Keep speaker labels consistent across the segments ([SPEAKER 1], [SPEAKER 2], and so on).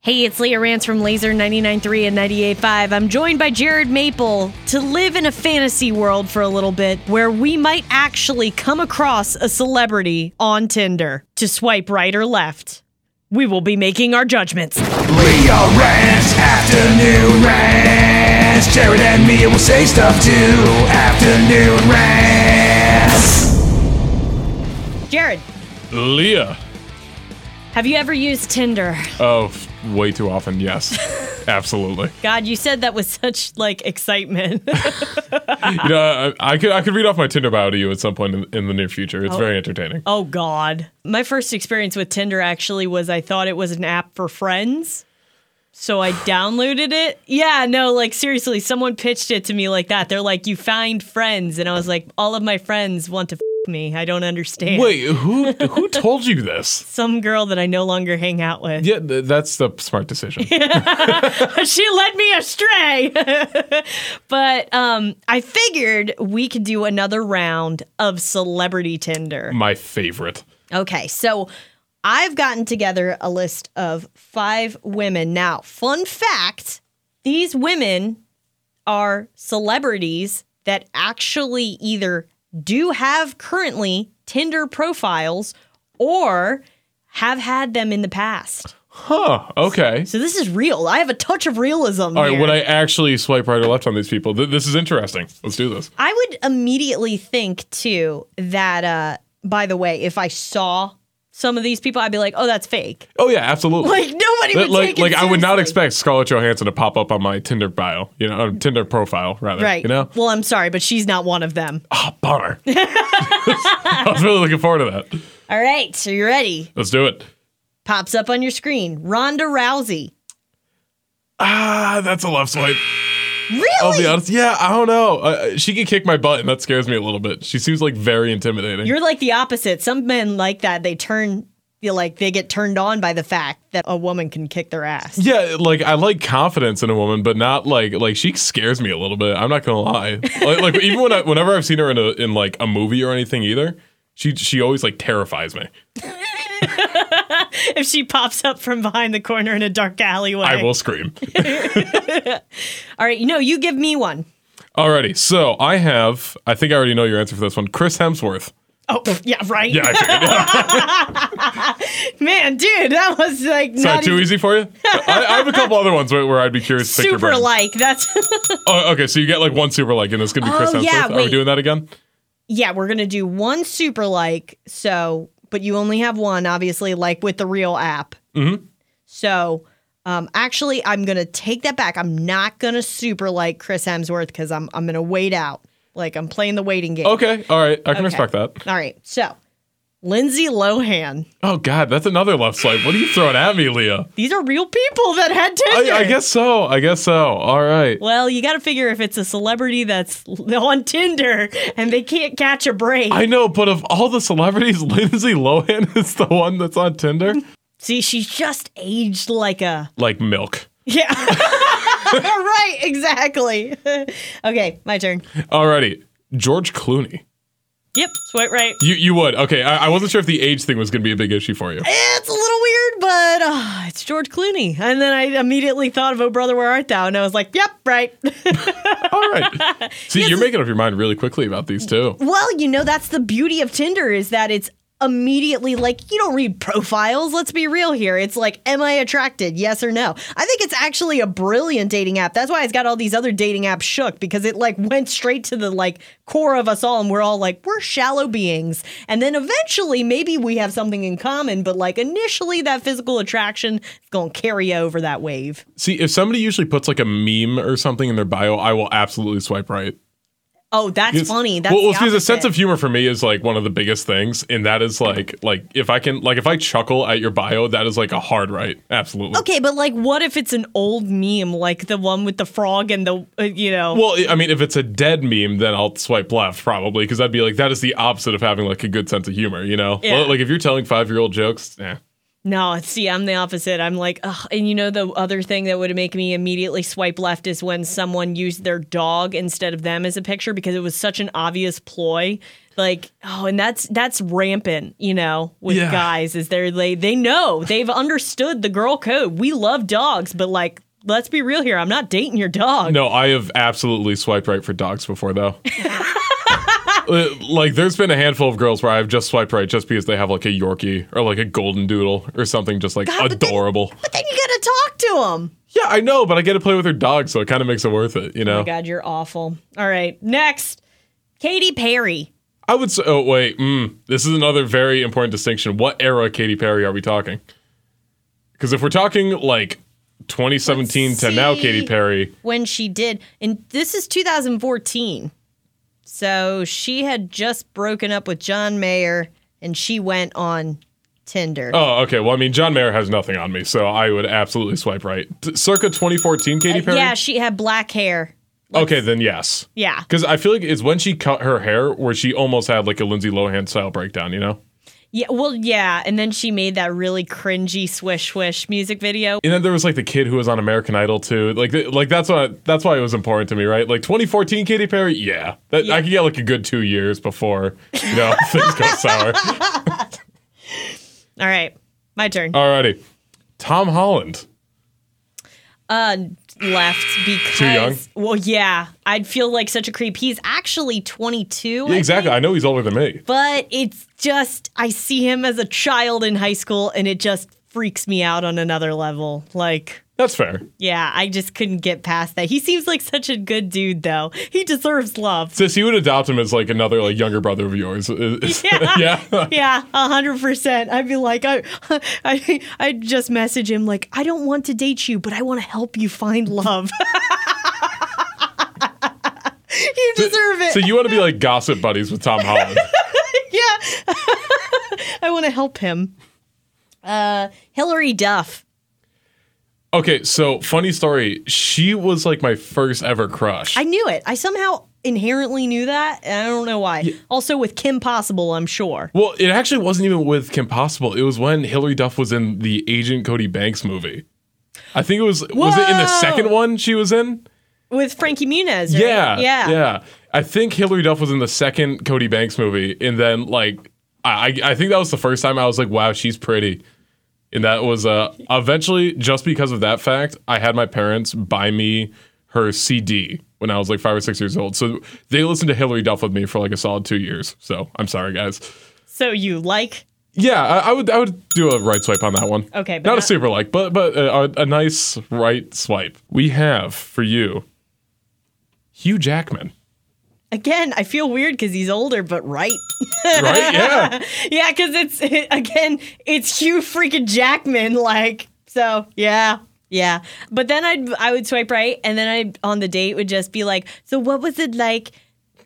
[SPEAKER 1] Hey, it's Leah Rance from Laser 99.3 and 98.5. I'm joined by Jared Maple to live in a fantasy world for a little bit where we might actually come across a celebrity on Tinder to swipe right or left. We will be making our judgments.
[SPEAKER 2] Leo Rants, Afternoon Rants. Jared and me will say stuff too. Afternoon Rants.
[SPEAKER 1] Jared,
[SPEAKER 3] Leah.
[SPEAKER 1] have you ever used Tinder?
[SPEAKER 3] Oh, f- way too often. Yes, absolutely.
[SPEAKER 1] God, you said that with such like excitement.
[SPEAKER 3] You know, I, I could I could read off my Tinder bio to you at some point in, in the near future. It's very entertaining.
[SPEAKER 1] oh God. My first experience with Tinder actually was I thought it was an app for friends. So I downloaded it. Yeah, no, like seriously, someone pitched it to me like that. They're like, you find friends. And I was like, all of my friends want to f- me. I don't understand.
[SPEAKER 3] Wait, who who told you this?
[SPEAKER 1] Some girl that I no longer hang out with.
[SPEAKER 3] Yeah, th- that's the smart decision.
[SPEAKER 1] she led me astray. but um, I figured we could do another round of celebrity Tinder.
[SPEAKER 3] my favorite.
[SPEAKER 1] Okay, so I've gotten together a list of five women. Now, fun fact these women are celebrities that actually either do have currently Tinder profiles or have had them in the past.
[SPEAKER 3] Huh. Okay.
[SPEAKER 1] So this is real. I have a touch of realism.
[SPEAKER 3] All right.
[SPEAKER 1] here.
[SPEAKER 3] Would I actually swipe right or left on these people? Th- this is interesting. Let's do this.
[SPEAKER 1] I would immediately think too that uh by the way, if I saw some of these people, I'd be like, "Oh, that's fake."
[SPEAKER 3] Oh yeah, absolutely.
[SPEAKER 1] Like nobody
[SPEAKER 3] Th-
[SPEAKER 1] would
[SPEAKER 3] like,
[SPEAKER 1] take it
[SPEAKER 3] like I would not
[SPEAKER 1] seriously.
[SPEAKER 3] expect Scarlett Johansson to pop up on my Tinder bio, you know, on Tinder profile rather.
[SPEAKER 1] Right.
[SPEAKER 3] You know,
[SPEAKER 1] Well, I'm sorry, but she's not one of them.
[SPEAKER 3] ah, bummer. I was really looking forward to that.
[SPEAKER 1] All right, so you ready?
[SPEAKER 3] Let's do it.
[SPEAKER 1] Pops up on your screen. Ronda Rousey.
[SPEAKER 3] Ah, that's a left swipe. I'll
[SPEAKER 1] Really?
[SPEAKER 3] be honest. Yeah, I don't know. Uh, she can kick my butt, and that scares me a little bit. She seems like very intimidating.
[SPEAKER 1] You're like the opposite. Some men like that. They turn you like they get turned on by the fact that a woman can kick their ass.
[SPEAKER 3] yeah, like I like confidence in a woman, but not like like she scares me a little bit. I'm not gonna lie. Like, like even when I, whenever I've seen her in a in like a movie or anything either, she she always like terrifies me.
[SPEAKER 1] If she pops up from behind the corner in a dark alleyway.
[SPEAKER 3] I will scream.
[SPEAKER 1] All right, no, you give me one.
[SPEAKER 3] Alrighty, so I have. I think I already know your answer for this one. Chris Hemsworth.
[SPEAKER 1] Oh, pff, yeah, right.
[SPEAKER 3] Yeah, I figured.
[SPEAKER 1] Man, dude, that was like
[SPEAKER 3] Is that
[SPEAKER 1] not
[SPEAKER 3] too
[SPEAKER 1] even
[SPEAKER 3] easy for you? I, I have a couple other ones where, where I'd be curious. To pick your
[SPEAKER 1] super
[SPEAKER 3] brain.
[SPEAKER 1] like. That's
[SPEAKER 3] Oh, okay, so you get like one super like, and it's gonna be Chris
[SPEAKER 1] Oh,
[SPEAKER 3] Hemsworth.
[SPEAKER 1] yeah,
[SPEAKER 3] Are
[SPEAKER 1] wait.
[SPEAKER 3] we doing that again?
[SPEAKER 1] yeah, we're gonna do one super like. So, but you only have one, obviously, like with the real app. Mm-hmm. So, um, actually, I'm gonna take that back. I'm not gonna super like Chris Hemsworth because I'm I'm gonna wait out. Like I'm playing the waiting game.
[SPEAKER 3] Okay, all right, I can
[SPEAKER 1] Okay.
[SPEAKER 3] respect that.
[SPEAKER 1] All right, so Lindsay Lohan.
[SPEAKER 3] Oh God, that's another left swipe. What are you throwing at me, Leah?
[SPEAKER 1] These are real people that had Tinder.
[SPEAKER 3] I, I guess so. I guess so. All right.
[SPEAKER 1] Well, you got to figure if it's a celebrity that's on Tinder and they can't catch a break.
[SPEAKER 3] I know, but of all the celebrities, Lindsay Lohan is the one that's on Tinder.
[SPEAKER 1] See, she's just aged like a.
[SPEAKER 3] Like milk.
[SPEAKER 1] Yeah. right, exactly. okay, my turn.
[SPEAKER 3] Alrighty, George Clooney.
[SPEAKER 1] Yep, swipe right.
[SPEAKER 3] You you would okay. I, I wasn't sure if the age thing was gonna be a big issue for you.
[SPEAKER 1] It's a little weird, but uh, it's George Clooney. And then I immediately thought of Oh Brother, Where Art Thou? And I was like, yep, right.
[SPEAKER 3] All right. See, you're making up your mind really quickly about these two.
[SPEAKER 1] well, you know, that's the beauty of Tinder is that it's immediately like, you don't read profiles. Let's be real here. It's like, am I attracted? Yes or no? I think it's actually a brilliant dating app. That's why it's got all these other dating apps shook because it like went straight to the like core of us all. And we're all like, we're shallow beings. And then eventually maybe we have something in common, but like initially that physical attraction is going to carry over that wave.
[SPEAKER 3] See, if somebody usually puts like a meme or something in their bio, I will absolutely swipe right.
[SPEAKER 1] Oh, that's
[SPEAKER 3] It's-
[SPEAKER 1] funny. That's
[SPEAKER 3] well, well,
[SPEAKER 1] the
[SPEAKER 3] because a sense
[SPEAKER 1] opposite.
[SPEAKER 3] of humor for me is like one of the biggest things, and that is like like if I can like if I chuckle at your bio, that is like a hard right. Absolutely.
[SPEAKER 1] Okay, but like, what if it's an old meme, like the one with the frog and the, uh, you know?
[SPEAKER 3] Well, I- I mean, if it's a dead meme, then I'll swipe left probably because I'd be like that is the opposite of having like a good sense of humor. You know,
[SPEAKER 1] Yeah.
[SPEAKER 3] Well, like if you're telling five year old jokes, eh.
[SPEAKER 1] no, see, I'm the opposite. I'm like, ugh. And you know, the other thing that would make me immediately swipe left is when someone used their dog instead of them as a picture because it was such an obvious ploy Like, oh, and that's that's rampant, you know, with
[SPEAKER 3] Yeah.
[SPEAKER 1] guys is they're they they know they've understood the girl code. We love dogs, but like, let's be real here. I'm not dating your dog.
[SPEAKER 3] No, I have absolutely swiped right for dogs before, though. Uh, like, there's been a handful of girls where I've just swiped right just because they have like a Yorkie or like a Golden Doodle or something just like
[SPEAKER 1] God, but they-
[SPEAKER 3] adorable.
[SPEAKER 1] But then you gotta talk to him.
[SPEAKER 3] yeah, I know, but I get to play with her dog, so it kind of makes it worth it, you know?
[SPEAKER 1] Oh my God, you're awful. All right, next, Katy Perry.
[SPEAKER 3] I would say, oh, wait, mm, this is another very important distinction. What era Katy Perry are we talking? Because if we're talking like 2017
[SPEAKER 1] Let's
[SPEAKER 3] to now
[SPEAKER 1] see.
[SPEAKER 3] Katy Perry,
[SPEAKER 1] when she did. And this is 2014. So she had just broken up with John Mayer and she went on Tinder.
[SPEAKER 3] oh, okay, well, I mean, John Mayer has nothing on me, so I would absolutely swipe right. T- circa 2014 Katy Perry?
[SPEAKER 1] Uh, yeah, she had black hair.
[SPEAKER 3] Okay, then yes.
[SPEAKER 1] Yeah.
[SPEAKER 3] Because I feel like it's when she cut her hair where she almost had like a Lindsay Lohan style breakdown, you know?
[SPEAKER 1] Yeah, well, yeah, and then she made that really cringy swish swish music video.
[SPEAKER 3] And then there was like the kid who was on American Idol too. Like, th- like that's why that's why it was important to me, right? Like 2014 Katy Perry, yeah, that, I could get like a good two years before you know things go sour.
[SPEAKER 1] All right, my turn.
[SPEAKER 3] Alrighty, Tom Holland.
[SPEAKER 1] Uh, left because
[SPEAKER 3] young?
[SPEAKER 1] well, yeah, I'd feel like such a creep. He's actually 22. I
[SPEAKER 3] exactly, I know he's older than me.
[SPEAKER 1] but it's just I see him as a child in high school and it just freaks me out on another level. Like,
[SPEAKER 3] That's fair.
[SPEAKER 1] yeah, I just couldn't get past that. He seems like such a good dude though. He deserves love.
[SPEAKER 3] Sis, you would adopt him as like another like younger brother of yours.
[SPEAKER 1] Yeah.
[SPEAKER 3] yeah.
[SPEAKER 1] Yeah, a hundred percent. I'd be like, I, I, I'd just message him like, I don't want to date you, but I want to help you find love. you deserve it.
[SPEAKER 3] So you want to be like gossip buddies with Tom Holland?
[SPEAKER 1] yeah, I want to help him. Uh, Hillary Duff.
[SPEAKER 3] Okay, so funny story. She was like my first ever crush.
[SPEAKER 1] I knew it. I somehow inherently knew that, and I don't know why. Also with Kim Possible, I'm sure.
[SPEAKER 3] well, it actually wasn't even with Kim Possible. It was when Hilary Duff was in the Agent Cody Banks movie. I think it was was it in the
[SPEAKER 1] Whoa!
[SPEAKER 3] second one she was in?
[SPEAKER 1] With Frankie Muniz. right?
[SPEAKER 3] Yeah.
[SPEAKER 1] Yeah.
[SPEAKER 3] Yeah. I think Hilary Duff was in the second Cody Banks movie and then like I I I think that was the first time I was like wow, she's pretty. And that was uh eventually just because of that fact, I had my parents buy me her CD when I was like 5 or 6 years old. So they listened to Hilary Duff with me for like a solid 2 years. So I'm sorry guys.
[SPEAKER 1] So you like
[SPEAKER 3] Yeah, I, I would I would do a right swipe on that one.
[SPEAKER 1] Okay, but
[SPEAKER 3] not, a
[SPEAKER 1] not-
[SPEAKER 3] super like, but but uh, a, a nice right swipe. We have for you Hugh Jackman.
[SPEAKER 1] again, I feel weird because he's older, but right.
[SPEAKER 3] right? Yeah.
[SPEAKER 1] yeah, because it's again, it's Hugh freaking Jackman. Like, so yeah, yeah. But then I'd I would swipe right, and then I on the date would just be like, so what was it like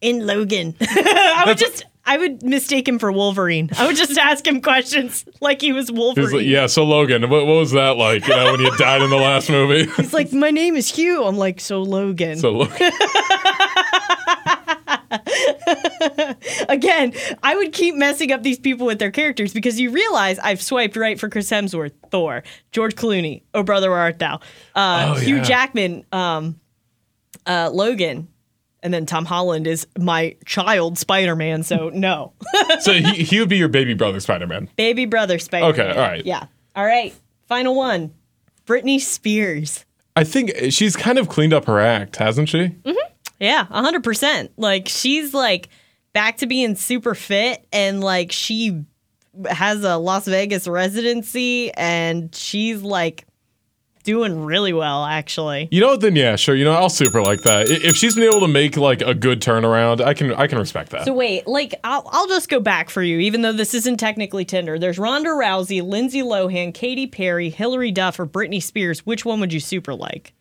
[SPEAKER 1] in Logan? I would just. I would mistake him for Wolverine. I would just ask him questions like he was
[SPEAKER 3] It
[SPEAKER 1] Wolverine.
[SPEAKER 3] was like, yeah. So Logan, what, what was that like? You know, when you died in the last movie.
[SPEAKER 1] He's like, my name is Hugh. I'm like, so Logan.
[SPEAKER 3] so Logan,
[SPEAKER 1] Again, I would keep messing up these people with their characters because you realize I've swiped right for Chris Hemsworth, Thor, George Clooney, Oh Brother Where Art Thou, uh,
[SPEAKER 3] Oh,
[SPEAKER 1] Hugh
[SPEAKER 3] yeah.
[SPEAKER 1] Jackman, um, uh, Logan, and then Tom Holland is my child Spider Man. So no,
[SPEAKER 3] so he, he would be your baby brother, Spider Man.
[SPEAKER 1] baby brother Spider. Man.
[SPEAKER 3] Okay, all right.
[SPEAKER 1] yeah, all right. Final one, Britney Spears.
[SPEAKER 3] I think she's kind of cleaned up her act, hasn't she?
[SPEAKER 1] Yeah, 100%. Like she's like back to being super fit and like she has a Las Vegas residency and she's like doing really well actually.
[SPEAKER 3] You know, what, then yeah, sure. You know, I'll super like that. I- If she's been able to make like a good turnaround, I can I can respect that.
[SPEAKER 1] So wait, like I'll I'll just go back for you even though this isn't technically Tinder. There's Ronda Rousey, Lindsay Lohan, Katy Perry, Hillary Duff or Britney Spears. Which one would you super like?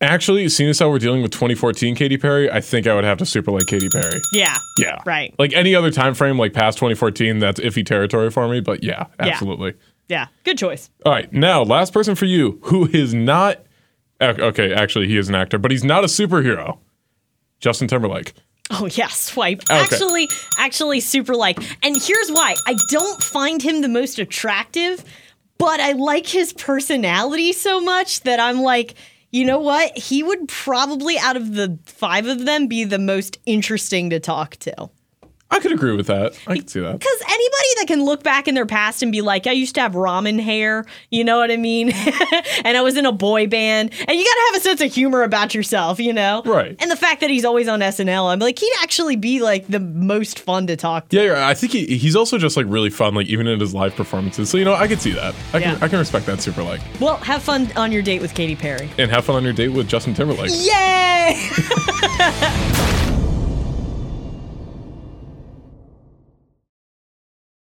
[SPEAKER 3] Actually, seeing as how we're dealing with 2014 Katy Perry, I think I would have to super like Katy Perry.
[SPEAKER 1] Yeah.
[SPEAKER 3] Yeah,
[SPEAKER 1] Right.
[SPEAKER 3] Like any other time frame, like past 2014, that's iffy territory for me. But yeah, absolutely.
[SPEAKER 1] Yeah. Good choice.
[SPEAKER 3] All right, now last person for you who is not ac- okay. Actually, he is an actor, but he's not a superhero. Justin Timberlake.
[SPEAKER 1] Oh yeah, swipe.
[SPEAKER 3] Okay.
[SPEAKER 1] Actually, actually super like. And here's why. I don't find him the most attractive, but I like his personality so much that I'm like, you know what? He would probably out of the 5 of them be the most interesting to talk to.
[SPEAKER 3] I could agree with that. I could see that.
[SPEAKER 1] Because anybody that can look back in their past and be like, I used to have ramen hair, you know what I mean? and I was in a boy band. And you got to have a sense of humor about yourself, you know?
[SPEAKER 3] Right.
[SPEAKER 1] And the fact that he's always on SNL, I'm like, he'd actually be like the most fun to talk to.
[SPEAKER 3] Yeah, you're right. I think he, he's also just like really fun, like even in his live performances. So you know, I could see that. I can
[SPEAKER 1] Yeah.
[SPEAKER 3] I can respect that super like.
[SPEAKER 1] Well, have fun on your date with Katy Perry.
[SPEAKER 3] And have fun on your date with Justin Timberlake.
[SPEAKER 1] Yay!